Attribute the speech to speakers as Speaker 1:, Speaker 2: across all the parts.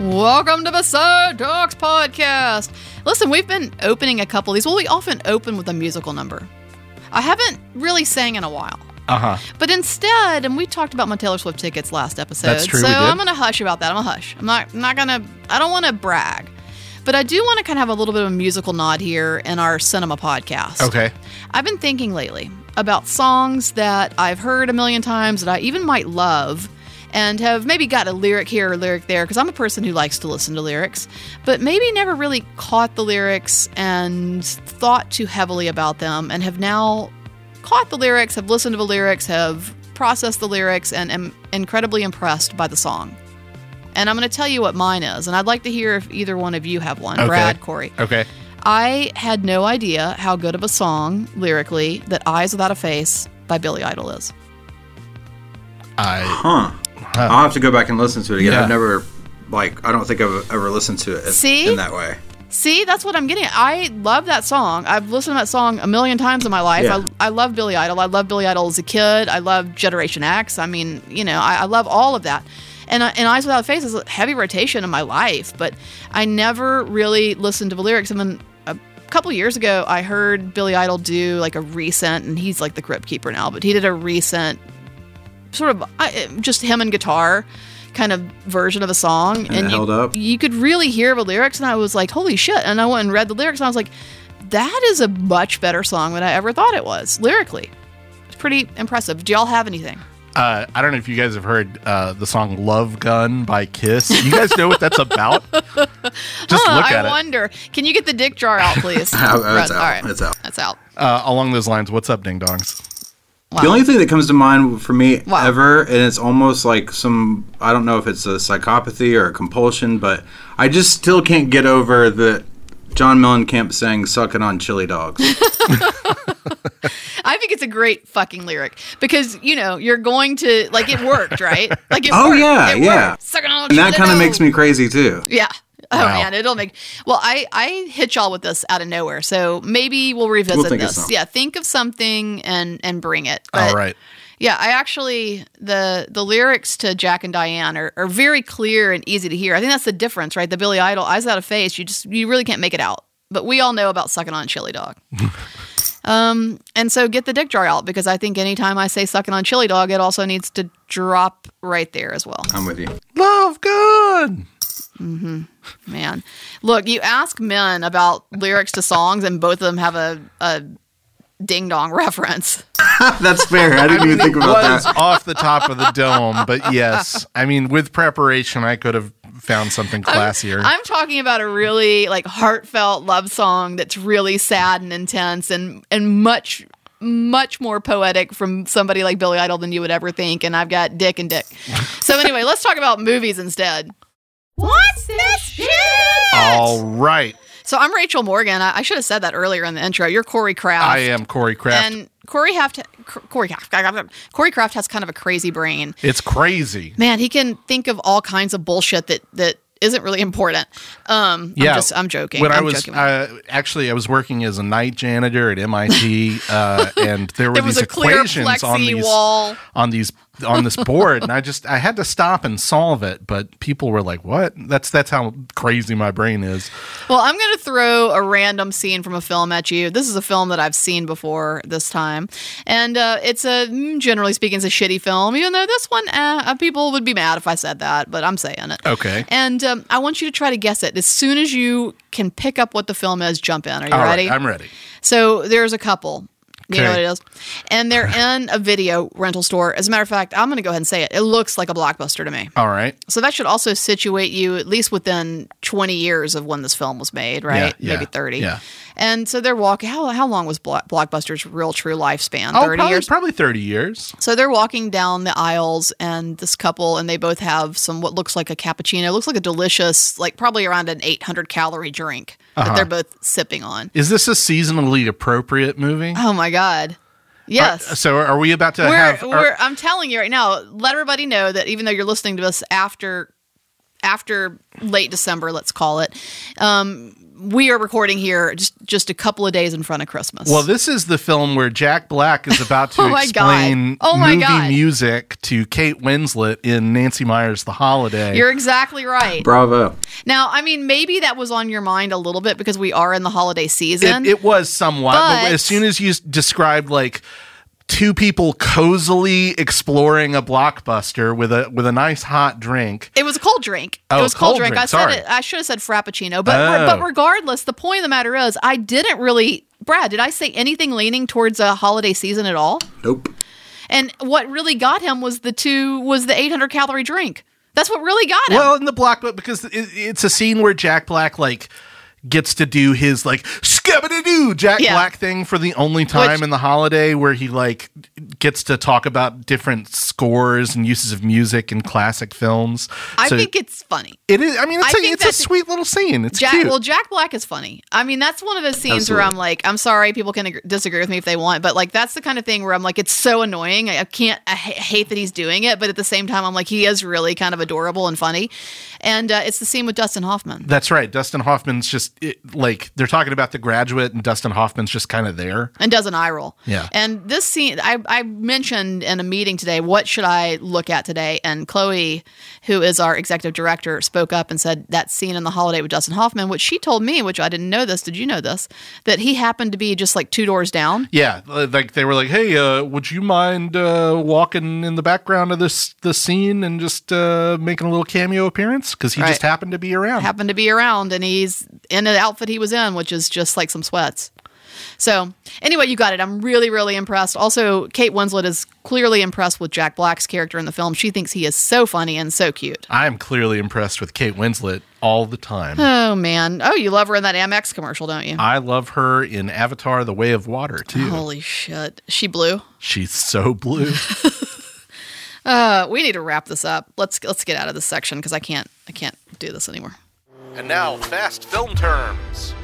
Speaker 1: Welcome to the Side Dogs Podcast. Listen, we've been opening a couple of these. Well, we often open with a musical number. I haven't really sang in a while.
Speaker 2: Uh huh.
Speaker 1: But instead, and we talked about my Taylor Swift tickets last episode.
Speaker 2: That's true,
Speaker 1: So
Speaker 2: we did.
Speaker 1: I'm gonna hush about that. I'm gonna hush. I'm not I'm not gonna. I don't want to brag, but I do want to kind of have a little bit of a musical nod here in our cinema podcast.
Speaker 2: Okay.
Speaker 1: I've been thinking lately about songs that I've heard a million times that I even might love and have maybe got a lyric here or lyric there because I'm a person who likes to listen to lyrics, but maybe never really caught the lyrics and thought too heavily about them and have now caught the lyrics, have listened to the lyrics, have processed the lyrics, and am incredibly impressed by the song. And I'm going to tell you what mine is, and I'd like to hear if either one of you have one,
Speaker 2: Okay.
Speaker 1: Brad, Corey.
Speaker 2: Okay.
Speaker 1: I had no idea how good of a song lyrically that Eyes Without a Face by Billy Idol is.
Speaker 2: I
Speaker 3: Huh. I'll have to go back and listen to it again.
Speaker 2: Yeah.
Speaker 3: I've never, like, I don't think I've ever listened to it
Speaker 1: See?
Speaker 3: in that way.
Speaker 1: See, that's what I'm getting. at. I love that song. I've listened to that song a million times in my life.
Speaker 3: Yeah.
Speaker 1: I, I love Billy Idol. I love Billy Idol as a kid. I love Generation X. I mean, you know, I, I love all of that. And, I- and Eyes Without a Face is a heavy rotation in my life, but I never really listened to the lyrics. And then a couple years ago, I heard Billy Idol do like a recent, and he's like the Crypt Keeper now, but he did a recent sort of I, just him and guitar kind of version of a song and,
Speaker 3: it
Speaker 1: you,
Speaker 3: held up?
Speaker 1: you could really hear the lyrics and i was like holy shit and i went and read the lyrics and i was like that is a much better song than i ever thought it was lyrically it's pretty impressive do y'all have anything
Speaker 2: uh, I don't know if you guys have heard uh, the song "Love Gun" by Kiss. You guys know what that's about. Just
Speaker 1: Huh,
Speaker 2: look
Speaker 1: Uh, i
Speaker 2: at it.
Speaker 1: wonder can you get the dick jar out please
Speaker 3: Oh, oh,
Speaker 1: Brett,
Speaker 3: it's out.
Speaker 1: all right
Speaker 3: It's out.
Speaker 1: that's out
Speaker 2: Uh, along those lines, what's up, ding dongs?
Speaker 1: wow.
Speaker 3: The only thing that comes to mind for me
Speaker 1: Wow.
Speaker 3: ever, and it's almost like some, I don't know if it's a psychopathy or a compulsion, but I just still can't get over the John Mellencamp saying sucking on chili dogs.
Speaker 1: I think it's a great fucking lyric because you know you're going to like it worked, right? Like it
Speaker 3: Oh,
Speaker 1: worked.
Speaker 3: yeah,
Speaker 1: it
Speaker 3: yeah.
Speaker 1: worked. Sucking on
Speaker 3: and that kind of
Speaker 1: chili
Speaker 3: makes me crazy too.
Speaker 1: Yeah. Oh
Speaker 2: Wow.
Speaker 1: man, it'll make. Well, I I hit y'all with this out of nowhere, so maybe we'll revisit
Speaker 3: We'll think of
Speaker 1: this.
Speaker 3: something.
Speaker 1: Yeah, think of something and and bring it. But,
Speaker 2: All right.
Speaker 1: Yeah, I actually the the lyrics to Jack and Diane are, are very clear and easy to hear. I think that's the difference, right? The Billy Idol eyes out of face, you just you really can't make it out. But we all know about sucking on chili dog. um, and so get the dick jar out because I think anytime I say sucking on chili dog, it also needs to drop right there as well.
Speaker 3: I'm with you.
Speaker 2: Love gun.
Speaker 1: Man, look, you ask men about lyrics to songs, and both of them have a, a ding dong reference.
Speaker 3: That's fair. I didn't even think about
Speaker 2: Was
Speaker 3: that.
Speaker 2: off the top of the dome, but yes, I mean with preparation, I could have found something classier.
Speaker 1: I'm talking about a really like heartfelt love song that's really sad and intense, and and much much more poetic from somebody like Billy Idol than you would ever think. And I've got Dick and Dick. so anyway, let's talk about movies instead. What's this shit?
Speaker 2: All right,
Speaker 1: So I'm Rachel Morgan. I, I should have said that earlier in the intro. You're Corey Kraft.
Speaker 2: I am Corey Kraft.
Speaker 1: And Corey Haft, Corey Kraft, Corey Kraft has kind of a crazy brain.
Speaker 2: it's crazy.
Speaker 1: Man, he can think of all kinds of bullshit that that isn't really important. Um, I'm, just, I'm joking.
Speaker 2: When
Speaker 1: I'm
Speaker 2: I was
Speaker 1: joking.
Speaker 2: Uh, actually, I was working as a night janitor at MIT, uh, and there were
Speaker 1: there was
Speaker 2: these
Speaker 1: a clear
Speaker 2: equations on
Speaker 1: plexi
Speaker 2: these
Speaker 1: wall.
Speaker 2: on these on this board, and I just I had to stop and solve it. But people were like, "What?" That's that's how crazy my brain is.
Speaker 1: Well, I'm going to throw a random scene from a film at you. This is a film that I've seen before this time, and uh, it's a mm, generally speaking, it's a shitty film. Even though this one, eh, uh, people would be mad if I said that, but I'm saying it.
Speaker 2: Okay.
Speaker 1: And um, I want you to try to guess it as soon as you can pick up what the film is. Jump in. Are you
Speaker 2: All
Speaker 1: ready?
Speaker 2: right, I'm ready.
Speaker 1: So there's a couple. You know what
Speaker 2: Okay.
Speaker 1: it is? And they're in a video rental store. As a matter of fact, I'm going to go ahead and say it. It looks like a blockbuster to me.
Speaker 2: All right.
Speaker 1: So that should also situate you at least within 20 years of when this film was made, right?
Speaker 2: Yeah, yeah,
Speaker 1: Maybe 30.
Speaker 2: yeah.
Speaker 1: And so they're walking. How, how long was Blo- Blockbuster's real true lifespan?
Speaker 2: Oh,
Speaker 1: 30
Speaker 2: probably,
Speaker 1: years?
Speaker 2: probably thirty years.
Speaker 1: So they're walking down the aisles, and this couple, and they both have some what looks like a cappuccino. It looks like a delicious, like probably around an 800 calorie drink
Speaker 2: Uh-huh.
Speaker 1: that they're both sipping on.
Speaker 2: Is this a seasonally appropriate movie?
Speaker 1: Oh my god!
Speaker 2: uh,
Speaker 1: Yes,
Speaker 2: So are we about to
Speaker 1: we're,
Speaker 2: have? are-
Speaker 1: we're. I'm telling you right now. Let everybody know that even though you're listening to us after after late December, let's call it, um, we are recording here just just a couple of days in front of Christmas.
Speaker 2: Well, this is the film where Jack Black is about to
Speaker 1: Oh my God.
Speaker 2: explain
Speaker 1: Oh my
Speaker 2: movie
Speaker 1: God.
Speaker 2: music to Kate Winslet in Nancy Meyer's The Holiday.
Speaker 1: you're exactly right.
Speaker 3: Bravo.
Speaker 1: Now, I mean, maybe that was on your mind a little bit because we are in the holiday season.
Speaker 2: it, it was somewhat, but,
Speaker 1: But-
Speaker 2: as soon as you s- described like two people cozily exploring a blockbuster with a with a nice hot drink,
Speaker 1: It was a cold drink.
Speaker 2: Oh,
Speaker 1: it was a cold,
Speaker 2: cold
Speaker 1: drink.
Speaker 2: drink,
Speaker 1: I said
Speaker 2: sorry.
Speaker 1: it. I should have said frappuccino, but
Speaker 2: Oh.
Speaker 1: but regardless, the point of the matter is, I didn't really. Brad, did I say anything leaning towards a holiday season at all?
Speaker 3: Nope.
Speaker 1: And what really got him was the two was the 800 calorie drink. That's what really got him.
Speaker 2: Well, in the block, but because it, it's a scene where Jack Black like gets to do his like scabba-doo Jack
Speaker 1: Yeah.
Speaker 2: Black thing for the only time
Speaker 1: Which-
Speaker 2: in the holiday where he like gets to talk about different scores and uses of music in classic films.
Speaker 1: I
Speaker 2: So
Speaker 1: think it's funny.
Speaker 2: it is. I mean, it's
Speaker 1: I
Speaker 2: a
Speaker 1: think
Speaker 2: it's a
Speaker 1: that's-
Speaker 2: sweet little scene. It's
Speaker 1: Jack,
Speaker 2: cute.
Speaker 1: well, Jack Black is funny. I mean, that's one of those scenes where I'm
Speaker 3: Absolutely.
Speaker 1: like, I'm sorry, people can ag- disagree with me if they want, but like, that's the kind of thing where I'm like, it's so annoying. I, I can't, I ha- hate that he's doing it, but at the same time, I'm like, he is really kind of adorable and funny. And uh, it's the scene with Dustin Hoffman.
Speaker 2: That's right. Dustin Hoffman's just it, like they're talking about the graduate, and Dustin Hoffman's just kind of there.
Speaker 1: and does an eye roll.
Speaker 2: Yeah.
Speaker 1: And this scene, I, I mentioned in a meeting today, what should I look at today? And Chloe, who is our executive director, spoke up and said that scene in the holiday with Dustin Hoffman, which she told me, which I didn't know this. Did you know this? That he happened to be just like two doors down.
Speaker 2: Yeah, like they were like, "Hey, uh, would you mind uh, walking in the background of this the scene and just uh, making a little cameo appearance?" Because he
Speaker 1: Right.
Speaker 2: just happened to be around.
Speaker 1: Happened to be around, and he's in the outfit he was in, which is just like some sweats. So, anyway, you got it. I'm really, really impressed. Also, Kate Winslet is clearly impressed with Jack Black's character in the film. She thinks he is so funny and so cute.
Speaker 2: I am clearly impressed with Kate Winslet all the time.
Speaker 1: Oh man! Oh, you love her in that Amex commercial, don't you?
Speaker 2: I love her in Avatar: The Way of Water too.
Speaker 1: Holy shit! She blew.
Speaker 2: She's so blue.
Speaker 1: Uh, we need to wrap this up. Let's let's get out of this section because I can't I can't do this anymore.
Speaker 2: and now, fast film terms.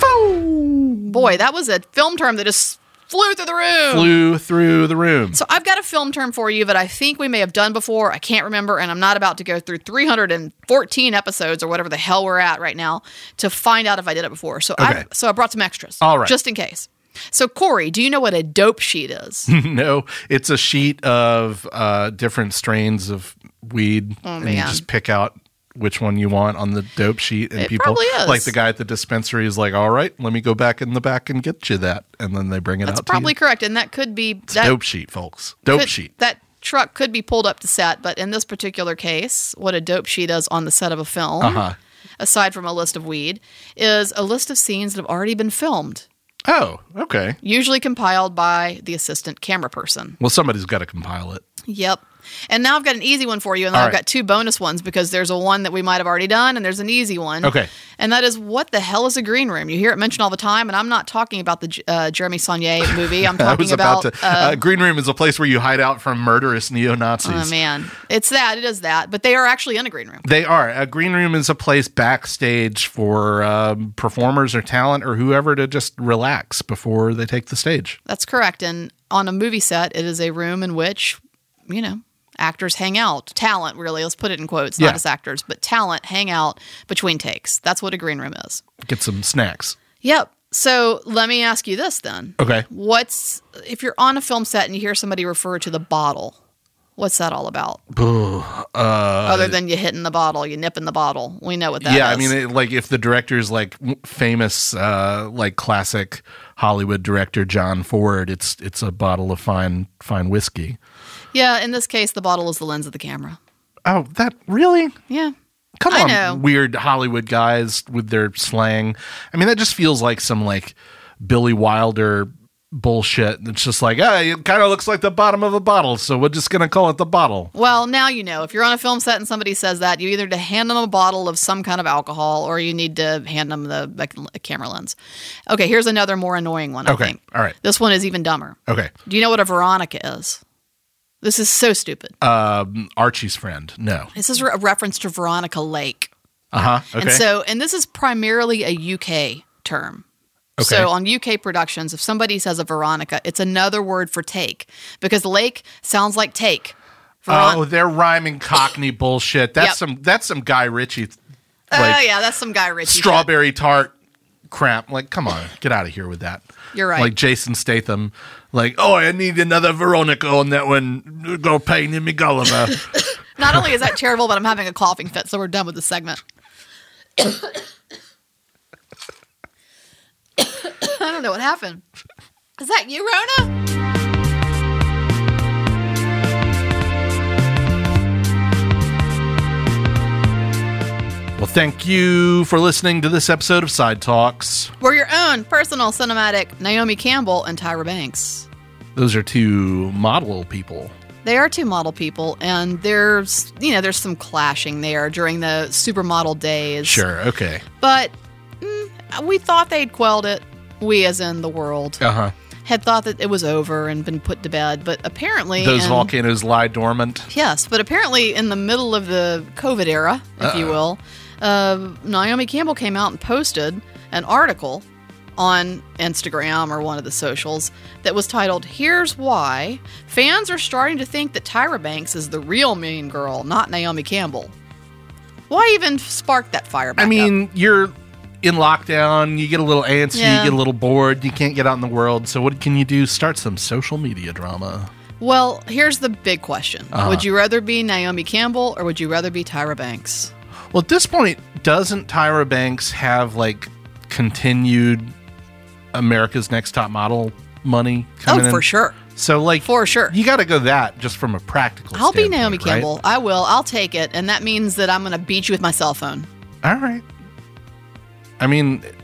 Speaker 1: Boy, that was a film term that just flew through the room.
Speaker 2: Flew through the room.
Speaker 1: So I've got a film term for you that I think we may have done before. I can't remember, and I'm not about to go through 314 episodes or whatever the hell we're at right now to find out if I did it before. So I
Speaker 2: Okay.
Speaker 1: so I brought some extras.
Speaker 2: All right.
Speaker 1: just in case. So Corey, do you know what a dope sheet is?
Speaker 2: No, it's a sheet of uh, different strains of weed, and you
Speaker 1: Oh, man.
Speaker 2: just pick out which one you want on the dope sheet. And
Speaker 1: It
Speaker 2: people,
Speaker 1: probably is.
Speaker 2: like the guy at the dispensary, is like, "All right, let me go back in the back and get you that," and then they bring it
Speaker 1: That's
Speaker 2: out.
Speaker 1: probably
Speaker 2: to
Speaker 1: correct, and that could be
Speaker 2: you.
Speaker 1: that
Speaker 2: dope sheet, folks. Dope
Speaker 1: could-
Speaker 2: sheet.
Speaker 1: That truck could be pulled up to set, but in this particular case, what a dope sheet is on the set of a film,
Speaker 2: Uh-huh.
Speaker 1: aside from a list of weed, is a list of scenes that have already been filmed,
Speaker 2: Oh, okay.
Speaker 1: usually compiled by the assistant camera person.
Speaker 2: Well, somebody's got to compile it.
Speaker 1: Yep. And now I've got an easy one for you, and then
Speaker 2: All
Speaker 1: I've
Speaker 2: right.
Speaker 1: got two bonus ones because there's a one that we might have already done, and there's an easy one.
Speaker 2: Okay.
Speaker 1: And that is what the hell is a green room? You hear it mentioned all the time, and I'm not talking about the J- uh, Jeremy Saunier movie. I'm
Speaker 2: I
Speaker 1: talking
Speaker 2: was about, to.
Speaker 1: uh,
Speaker 2: uh, green room is a place where you hide out from murderous neo Nazis.
Speaker 1: Oh man, it's that. It is that. But they are actually in a green room.
Speaker 2: They are. A green room is a place backstage for um, performers or talent or whoever to just relax before they take the stage.
Speaker 1: That's correct. And on a movie set, it is a room in which, you know, actors hang out. Talent, really. Let's put it in quotes,
Speaker 2: Yeah.
Speaker 1: not as actors, but talent hang out between takes. That's what a green room is.
Speaker 2: Get some snacks.
Speaker 1: Yep. So let me ask you this then.
Speaker 2: Okay.
Speaker 1: What's if you're on a film set and you hear somebody refer to the bottle? What's that all about? Other than you hitting the bottle, you nipping the bottle. We know what that is.
Speaker 2: Uh, yeah, I mean, it, like if the director's like m- famous, uh, like classic Hollywood director John Ford, it's it's a bottle of fine fine whiskey.
Speaker 1: yeah. In this case, the bottle is the lens of the camera.
Speaker 2: Oh, that really?
Speaker 1: Yeah.
Speaker 2: Come
Speaker 1: I
Speaker 2: on,
Speaker 1: know.
Speaker 2: weird Hollywood guys with their slang. I mean, that just feels like some like Billy Wilder bullshit. It's just like, ah, it kind of looks like the bottom of a bottle, so we're just gonna call it the bottle.
Speaker 1: Well, now you know. If you're on a film set and somebody says that, you either to hand them a bottle of some kind of alcohol or you need to hand them the like, a camera lens. Okay, here's another more annoying one. I
Speaker 2: Okay,
Speaker 1: think.
Speaker 2: all right.
Speaker 1: This one is even dumber.
Speaker 2: Okay,
Speaker 1: Do you know what a Veronica is? This is so stupid.
Speaker 2: Uh. Archie's friend. No.
Speaker 1: this is a reference to Veronica Lake.
Speaker 2: Uh huh. Okay.
Speaker 1: And so, and this is primarily a UK term.
Speaker 2: Okay.
Speaker 1: So on UK productions, if somebody says a Veronica, it's another word for take because lake sounds like take.
Speaker 2: oh, they're rhyming Cockney bullshit. That's
Speaker 1: Yep. Uh,
Speaker 2: some. That's some Guy Ritchie. Like,
Speaker 1: oh yeah, that's some guy Richie. shit.
Speaker 2: strawberry tart crap. Like, come on, get out of here with that.
Speaker 1: You're right.
Speaker 2: Like Jason Statham, like, oh, I need another Veronica on that one. Go pay Nimmy Gulliver.
Speaker 1: Not only is that terrible, but I'm having a coughing fit, so we're done with this segment. I don't know what happened. Is that you, Rona?
Speaker 2: well, thank you for listening to this episode of Side Talks.
Speaker 1: We're your own personal cinematic Naomi Campbell and Tyra Banks.
Speaker 2: Those are two model people.
Speaker 1: They are two model people, and there's you know there's some clashing there during the supermodel days.
Speaker 2: Sure. Okay.
Speaker 1: but mm, we thought they'd quelled it. We, as in the world,
Speaker 2: Uh huh.
Speaker 1: had thought that it was over and been put to bed, but apparently
Speaker 2: Those
Speaker 1: and-
Speaker 2: volcanoes lie dormant.
Speaker 1: Yes, but apparently in the middle of the COVID era, if you will, uh, Naomi Campbell came out and posted an article on Instagram or one of the socials that was titled "Here's Why Fans Are Starting to Think That Tyra Banks is the real Mean Girl, not Naomi Campbell." Why even spark that fire? Back
Speaker 2: I
Speaker 1: up?
Speaker 2: mean, you're in lockdown, you get a little antsy,
Speaker 1: Yeah.
Speaker 2: you get a little bored, you can't get out in the world. So, what can you do? Start some social media drama.
Speaker 1: Well, here's the big question.
Speaker 2: Uh-huh.
Speaker 1: Would you rather be Naomi Campbell or would you rather be Tyra Banks?
Speaker 2: Well, at this point, doesn't Tyra Banks have like continued America's Next Top Model money coming
Speaker 1: oh,
Speaker 2: in?
Speaker 1: for sure.
Speaker 2: So, like,
Speaker 1: For sure.
Speaker 2: you got to go that just from a practical
Speaker 1: I'll be Naomi
Speaker 2: standpoint,
Speaker 1: Campbell. I will. I'll take it. And that means that I'm going to beat you with my cell phone.
Speaker 2: right? All right. I mean, th-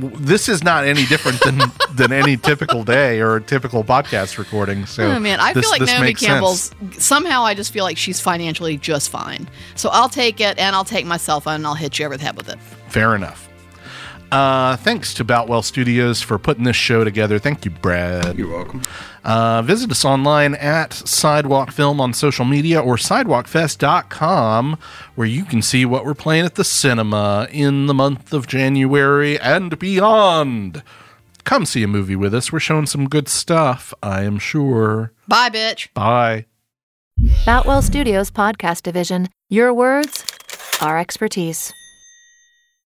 Speaker 2: w- this is not any different than than any typical day or typical podcast recording. So,
Speaker 1: Oh, man. I
Speaker 2: this-
Speaker 1: feel like
Speaker 2: this
Speaker 1: Naomi
Speaker 2: makes sense.
Speaker 1: Campbell's somehow I just feel like she's financially just fine. So I'll take it and I'll take my cell phone and I'll hit you over the head with it.
Speaker 2: Fair enough. Uh, thanks to Boutwell Studios for putting this show together. Thank you, Brad.
Speaker 3: You're welcome.
Speaker 2: Uh, visit us online at Sidewalk Film on social media or sidewalkfest.com, where you can see what we're playing at the cinema in the month of January and beyond. Come see a movie with us. We're showing some good stuff, I am sure.
Speaker 1: Bye, bitch.
Speaker 2: Bye.
Speaker 4: Batwell Studios Podcast Division. Your words, our expertise.